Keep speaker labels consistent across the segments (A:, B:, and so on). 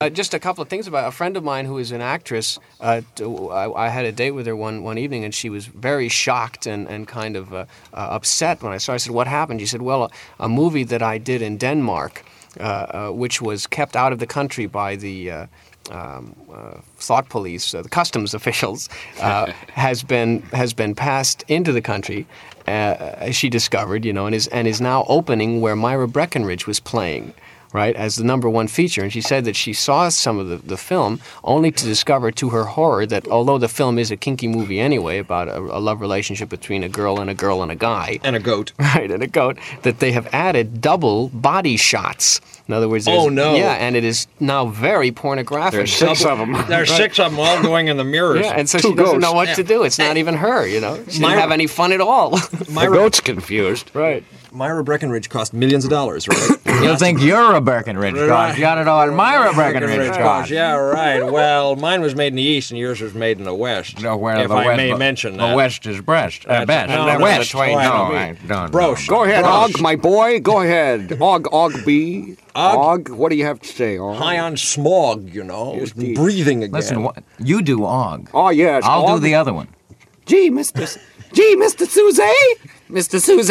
A: Uh, just a couple of things about a friend of mine who is an actress. Uh, t- I, I had a date with her one, one evening, and she was very shocked and, and kind of uh, uh, upset when I saw. her. I said, "What happened?" She said, "Well, a, a movie that I did in Denmark, uh, uh, which was kept out of the country by the." Uh, um, uh, thought police, uh, the customs officials, uh, has been has been passed into the country. Uh, she discovered, you know, and is and is now opening where Myra Breckenridge was playing right, as the number one feature. And she said that she saw some of the, the film only to discover to her horror that although the film is a kinky movie anyway about a, a love relationship between a girl and a girl and a guy,
B: and a goat.
A: right, and a goat, that they have added double body shots. In other words, there's-
B: Oh, no.
A: Yeah, and it is now very pornographic.
C: There's six of them.
B: There's six of them all going in the mirrors.
A: yeah, and so
C: two
A: she doesn't know
C: ghosts.
A: what to do. It's not even her, you know. She
B: Myra-
A: didn't have any fun at all.
C: The goat's confused.
A: right.
B: Myra Breckenridge cost millions of dollars, right?
D: You'll think you're a Breckenridge god. You got it all. Myra Breckenridge god.
B: Yeah, right. Well, mine was made in the east, and yours was made in the west.
D: No, where
B: if
D: the
B: I
D: west,
B: may mention that.
D: The West is breast. Uh,
B: That's-
D: best.
B: no,
D: the
B: no,
D: West.
B: that's
D: wait,
B: why I
D: no,
B: don't
D: I
B: mean.
D: don't.
B: Brosh.
D: know.
C: Go ahead,
B: Gosh.
C: Og, my boy. Go ahead. Og, Og B. Og, what do you have to say, Og?
B: High on smog, you know,
C: Yes, indeed.
B: breathing again.
D: Listen, wha- you do Og.
C: Oh, yes.
D: I'll
C: Og.
D: do the other one.
C: Gee, Mr. S- Gee, Mr. Suze. Mr. Suze.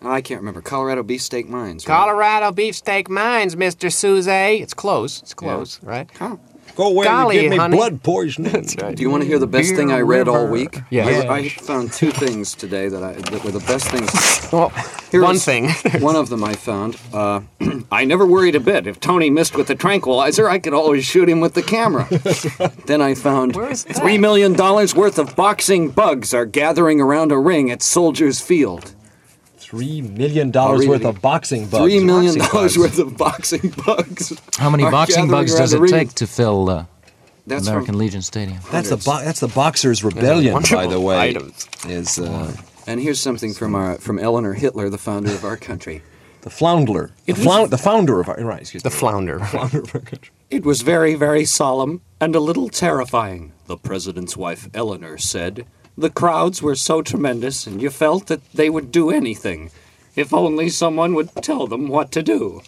C: I can't remember. Colorado beefsteak mines. right?
A: Colorado beefsteak mines, Mr. Suze. It's close. It's close, right?
B: Go away and
A: Golly,
B: give me
A: honey.
B: blood poisoning.
C: Do you want to hear the best thing I read all week?
A: Yes.
C: I, I found two things today that, I, that were the best things.
A: Well,
C: Here
A: one
C: is
A: thing.
C: one of them I found. Uh, I never worried a bit. If Tony missed with the tranquilizer, I could always shoot him with the camera. then I found
A: Where is that?
C: $3 million worth of boxing bugs are gathering around a ring at Soldier's Field.
B: Three million
D: Oh,
B: dollars
C: Really?
B: worth of boxing bugs.
C: $3 million
B: Boxing
C: dollars
B: bugs.
C: worth of boxing bugs.
D: How many
C: are
D: boxing
C: gathering
D: bugs
C: around
D: does
C: a
D: it
C: ring.
D: take to fill uh,
C: That's from-
D: American Legion Stadium?
B: That's the bo- that's the boxers' rebellion, by the
A: Wonderful
B: way.
A: items.
B: Is uh,
C: And here's something from our from Eleanor Hitler, the founder of our country.
B: the floundler, the, floun- the founder of our right? Excuse
A: The
B: me.
A: flounder.
C: It was very, very solemn and a little terrifying, the president's wife Eleanor said. The crowds were so tremendous, and you felt that they would do anything if only someone would tell them what to do.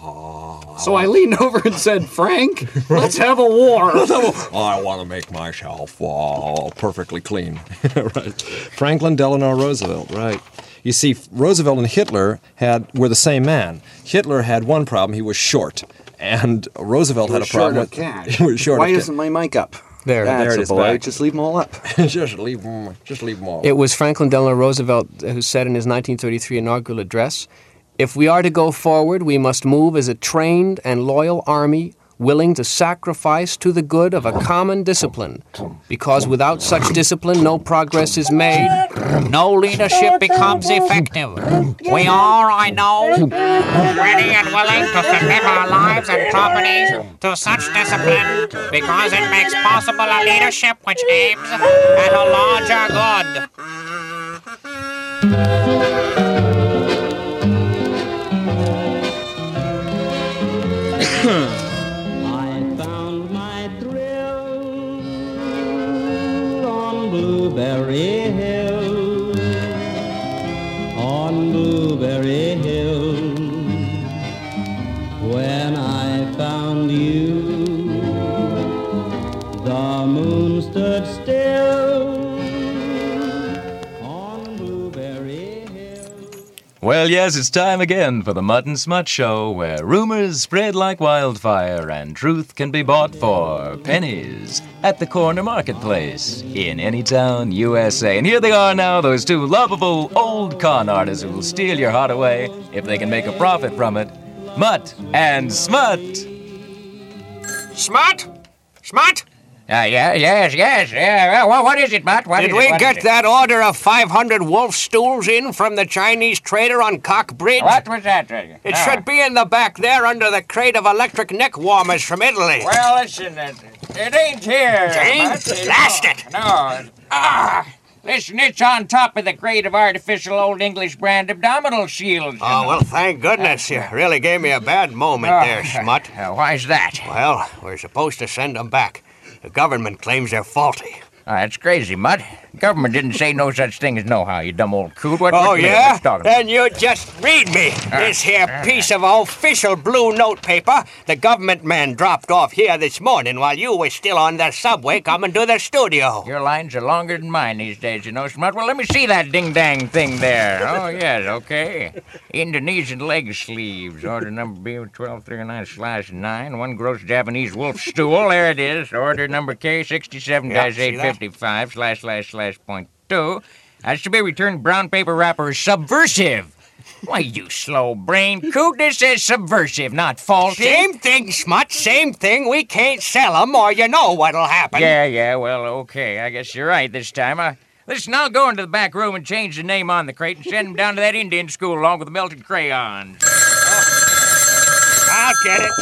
C: So I leaned over and said, Frank, let's have a war.
B: I want to make myself uh, perfectly clean. right. Franklin Delano Roosevelt, right. You see, Roosevelt and Hitler had were the same man. Hitler had one problem; he was short. And Roosevelt had a problem with he was short
C: Why
B: of
C: isn't my mic up?
A: There,
C: That's
B: there it
C: a
B: is
C: boy.
B: back.
C: Just leave them all up.
B: cash. just leave them. Just leave them all.
A: It was Franklin Delano Roosevelt who said in his 1933 inaugural address If we are to go forward, we must move as a trained and loyal army, willing to sacrifice to the good of a common discipline. Because without such discipline, no progress is made.
E: No leadership becomes effective. We are, I know, ready and willing to submit our lives and properties to such discipline because it makes possible a leadership which aims at a larger good.
F: I found my thrill on Blueberry Hill. On Blueberry Hill. When I found you, the moon stood still. On Blueberry Hill.
D: Well, yes, it's time again for the Mud and Smut Show, where rumors spread like wildfire and truth can be bought for pennies at the corner marketplace in any town, USA. And here they are now, those two lovable old con artists who will steal your heart away if they can make a profit from it. Mutt and Smut!
E: Smut? Smut?
D: Uh, yeah, yes, yes, yeah. Well, what is it, Mutt? What
E: Did we get that order of 500 wolf stools in from the Chinese trader on Cock Bridge?
D: was that?
E: It should be in the back there under the crate of electric neck warmers from Italy.
D: Well, listen, it, it ain't here. It
E: ain't? Blast it.
D: No. Ah, listen, it's on top of the crate of artificial old English brand abdominal shields. you
E: Oh,
D: know.
E: well, thank goodness. You really gave me a bad moment
D: Ah,
E: there, Schmutt.
D: uh, why's that?
E: Well, we're supposed to send them back. The government claims they're faulty.
G: Oh, that's crazy, Mutt. Government didn't say no such thing as know-how, you dumb old coot. What,
E: Oh,
G: what you-
E: yeah?
G: what you talking about?
E: Then you just read me this here piece of official blue notepaper the government man dropped off here this morning while you were still on the subway coming to the studio.
G: Your lines are longer than mine these days, you know, Smut. Well, let me see that ding-dang thing there. Oh, yes, okay. Indonesian leg sleeves. Order number B1239 slash 9. One gross Japanese wolf stool. There it is. Order number
E: Yeah, see that?
G: K67-855 slash slash slash point 2. That's to be returned brown paper wrapper subversive. Why, you slow brain coot, this is subversive, not faulty.
E: Same thing, Smut, same thing. We can't sell 'em, or you know what'll happen.
G: Yeah, yeah, well, okay. I guess you're right this time. I, listen, I'll go into the back room and change the name on the crate and send him down to that Indian school along with the melted crayons.
E: I'll get it.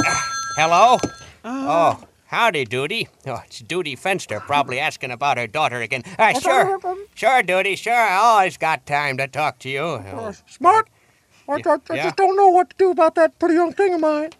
E: Hello? Oh, howdy, Duty. Oh, it's Duty Fenster, probably asking about her daughter again. Uh, sure. Sure, Duty, sure. I always got time to talk to you. Oh,
H: Smart. I, I, I
E: Yeah.
H: just don't know what to do about that pretty young thing of mine.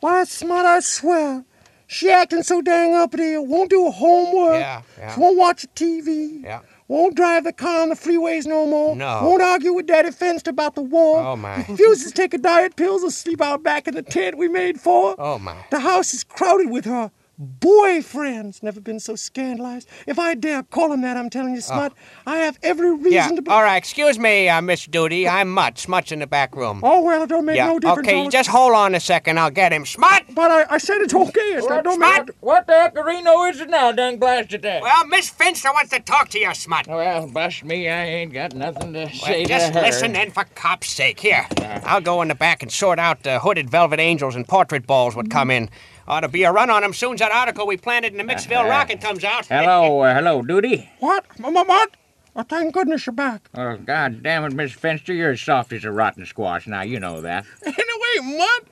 H: Why, Smart, I swear, she acting so dang uppity. Won't do her homework.
E: Yeah, yeah.
H: She won't watch the TV.
E: Yeah.
H: Won't drive the car on the freeways no more.
E: No.
H: Won't argue with Daddy Fenced about the war.
E: Oh, my.
H: Refuses to take her diet pills or sleep out back in the tent we made for her.
E: Oh, my.
H: The house is crowded with her boyfriends. Never been so scandalized. If I dare call him that, I'm telling you, Smart, I have every reason
E: Oh. Yeah.
H: to believe.
E: All right. Excuse me, uh, Miss Duty. I'm Mutt. Smut's in the back room.
H: Oh well, it don't make
E: yeah.
H: no difference.
E: okay.
H: Alex.
E: Just hold on a second. I'll get him. Smut.
H: But I, I said it's okay. It don't, don't make.
G: What the heck, Reno is it now, dang blasted that?
E: Well, Miss Finster wants to talk to you, Smut.
G: Well, bust me, I ain't got nothing to
E: Well,
G: say
E: just
G: to her.
E: listen then, for cop's sake. Here, I'll go in the back and sort out uh, hooded velvet angels and portrait balls would come in. Ought to be a run on 'em soon's that article we planted in the Mixville Rocket comes out.
G: Hello, uh, hello, Duty.
H: What? Mama, what? Oh, thank goodness you're back.
G: Oh, God damn it, Miss Fenster, you're as soft as a rotten squash. Now, you know that.
H: Anyway, Mutt,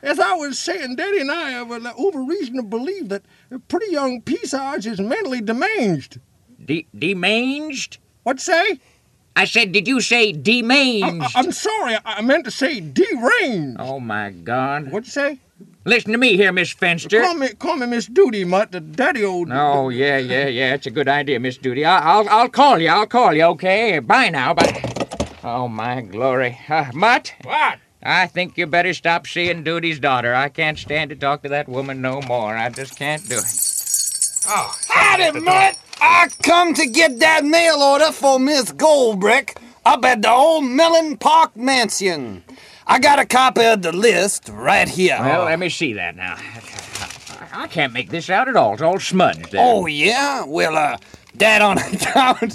H: as I was saying, Daddy and I have a over reason to believe that a pretty young piece of ours is mentally demanged.
G: De- demanged?
H: What say?
G: I said, did you say
H: I'm,
G: demanged?
H: I'm sorry, I meant to say deranged.
G: Oh, my God.
H: What you say?
G: Listen to me here, Miss Fenster.
H: Call me, call me Miss Duty, Mutt, the daddy old.
G: No, Oh, yeah, yeah, yeah. It's a good idea, Miss Duty. I'll, I'll, I'll call you. I'll call you. Okay. Bye now. Bye. Oh my glory, uh, Mutt.
E: What?
G: I think you better stop seeing Duty's daughter. I can't stand to talk to that woman no more. I just can't do it.
E: Oh,
I: Howdy, Mutt. I come to get that mail order for Miss Goldbrick up at the old Mellon Park Mansion. I got a copy of the list right here.
G: Well, let me see that now. Oh. I can't make this out at all. It's all smudged. There.
I: Oh yeah, well uh, that on account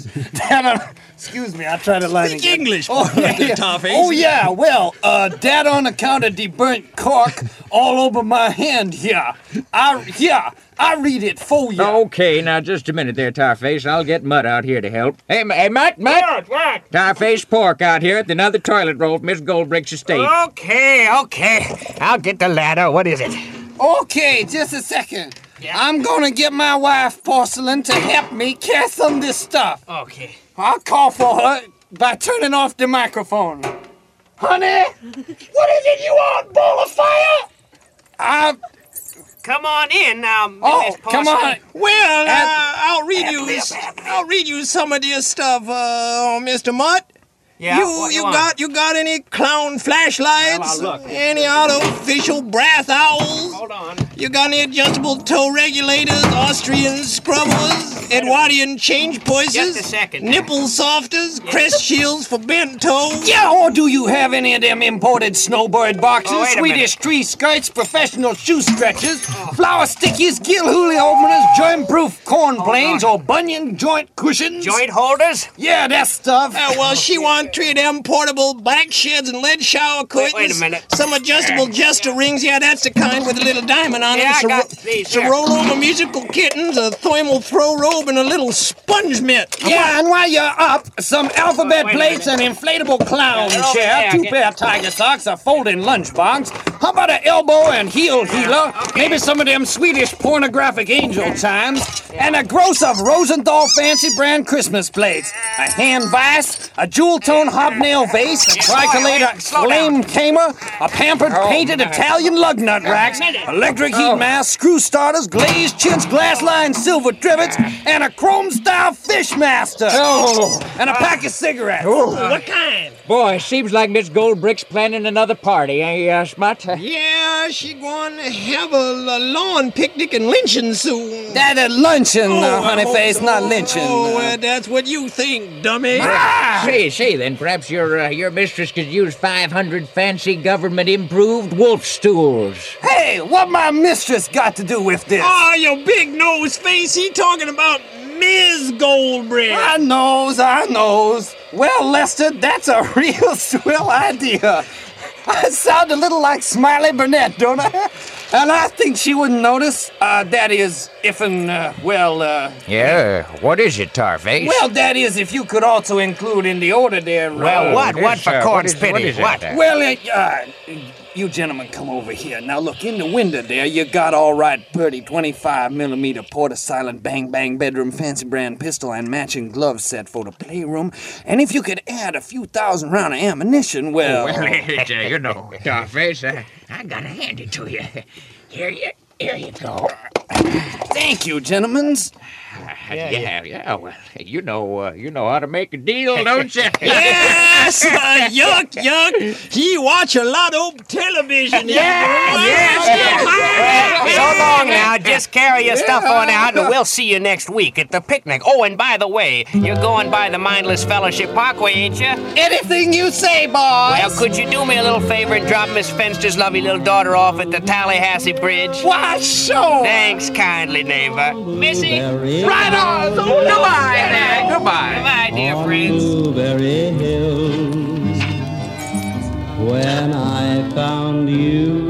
I: that on. Excuse me, I tried to line Speak English, oh yeah, yeah. Oh yeah, well uh, that on account of the burnt cork all over my hand. Yeah, I yeah I read it for you.
G: Okay, now just a minute there, Tarface. I'll get Mutt out here to help. Hey, M- hey Mutt, Mutt! What, what? Tarface Pork out here at another toilet roll from Miss Goldbrick's estate.
E: okay, okay. I'll get the ladder. What is it?
I: Okay, just a second. I'm gonna get my wife porcelain to help me carry some of this stuff.
E: Okay.
I: I'll call for her by turning off the microphone. Honey, what is it you want, ball of fire? I
E: Come on in uh, now, Mrs.
I: oh, come on.
E: Porcelain.
H: Well, uh, I'll read you, s- I'll read you some of this stuff, uh, Mr. Mutt.
E: Yeah,
H: you
E: what
H: you,
E: want?
H: got you got any clown flashlights?
E: Well, I'll look.
H: Any artificial brass owls?
E: Hold on.
H: You got any adjustable toe regulators, Austrian scrubbers, Edwardian change voices?
E: Just a second.
H: Nipple softers, crest shields for bent toes.
I: Yeah, or do you have any of them imported snowbird boxes,
E: Oh, wait a
I: Swedish tree skirts, professional shoe stretchers, flower stickies, Gil Hooley openers, germ-proof corn planes, or bunion joint cushions?
E: Joint holders?
I: Yeah, that stuff.
H: Uh, well, she want three of them portable black sheds and lead shower
E: Wait-
H: curtains.
E: wait a minute.
H: Some adjustable jester rings. Yeah, that's the kind with a little diamond on
E: Yeah, I
H: it.
E: got these,
H: Some
E: here.
H: roll over musical kittens, a thermal throw robe, and a little sponge mitt.
I: Yeah, and while you're up, some alphabet
E: Wait a
I: plates, an inflatable clown
E: Yeah, they're over
I: chair,
E: there.
I: two
E: Get-
I: pair of tiger socks, a folding lunchbox. How about an elbow and heel healer? Maybe some of them Swedish pornographic angel chimes. And a gross of Rosenthal fancy brand Christmas plates. A hand vise, a jewel tone hobnail vase, a
E: slow down,
I: tricolator
E: slow
I: flame
E: down.
I: tamer, a pampered painted Italian lug nut racks, electric
C: heat masks, screw starters, glazed chintz, glass lined silver trivets, and a chrome style fish master. And a pack of cigarettes.
A: What kind?
G: Boy, seems like Miss Goldbrick's planning another party, eh, uh, Smut?
A: Yeah, she going to have a, a lawn picnic and lynching soon.
C: That a luncheon, uh,
A: I hope
C: honeyface,
A: so.
C: not lynching.
A: Oh, uh, that's what you think, dummy.
G: Say, say, then perhaps your uh, your mistress could use 500 fancy government improved wolf stools.
C: Hey, what my mistress got to do with this?
A: Oh, your big nose face. He talking about Ms. Goldbrick.
C: I knows, I knows. Well, Lester, that's a real swell idea. I sound a little like Smiley Burnett, don't I? And I think she wouldn't notice. Uh, that is, if and, uh, well, uh,
G: Yeah, what is it, Tarface?
C: well, that is, if you could also include in the order there. uh,
G: Oh,
E: what?
G: this,
E: What for
G: uh,
E: corn's
G: is-
E: pity?
G: is it,
E: What?
G: uh,
C: Well, it, uh, you gentlemen come over here. Now, look, in the window there, you got all right pretty 25 millimeter Porter Silent Bang Bang Bedroom Fancy Brand Pistol and matching glove set for the playroom. And if you could add a few thousand round of ammunition, well.
G: it, uh, you know, Tarface, I, I gotta hand it to you. Here you, here you go.
C: Thank you, gentlemen.
G: Yeah, yeah, well, you know, uh, you know how to make a deal, don't you?
A: Yes, uh, yuck, yuck. He watch a lot of television.
E: Yes, yes. So long now. Just carry your stuff on out, and we'll see you next week at the picnic. Oh, and by the way, you're going by the Mindless Fellowship Parkway, ain't you?
C: Anything you say, boss.
E: Well, could you do me a little favor and drop Miss Fenster's lovely little daughter off at the Tallahassee Bridge?
C: Why, sure.
E: Thanks kindly, neighbor. Missy,
A: Right on.
E: goodbye now. Goodbye. Goodbye, dear friends.
J: Blueberry Hills. When I found you.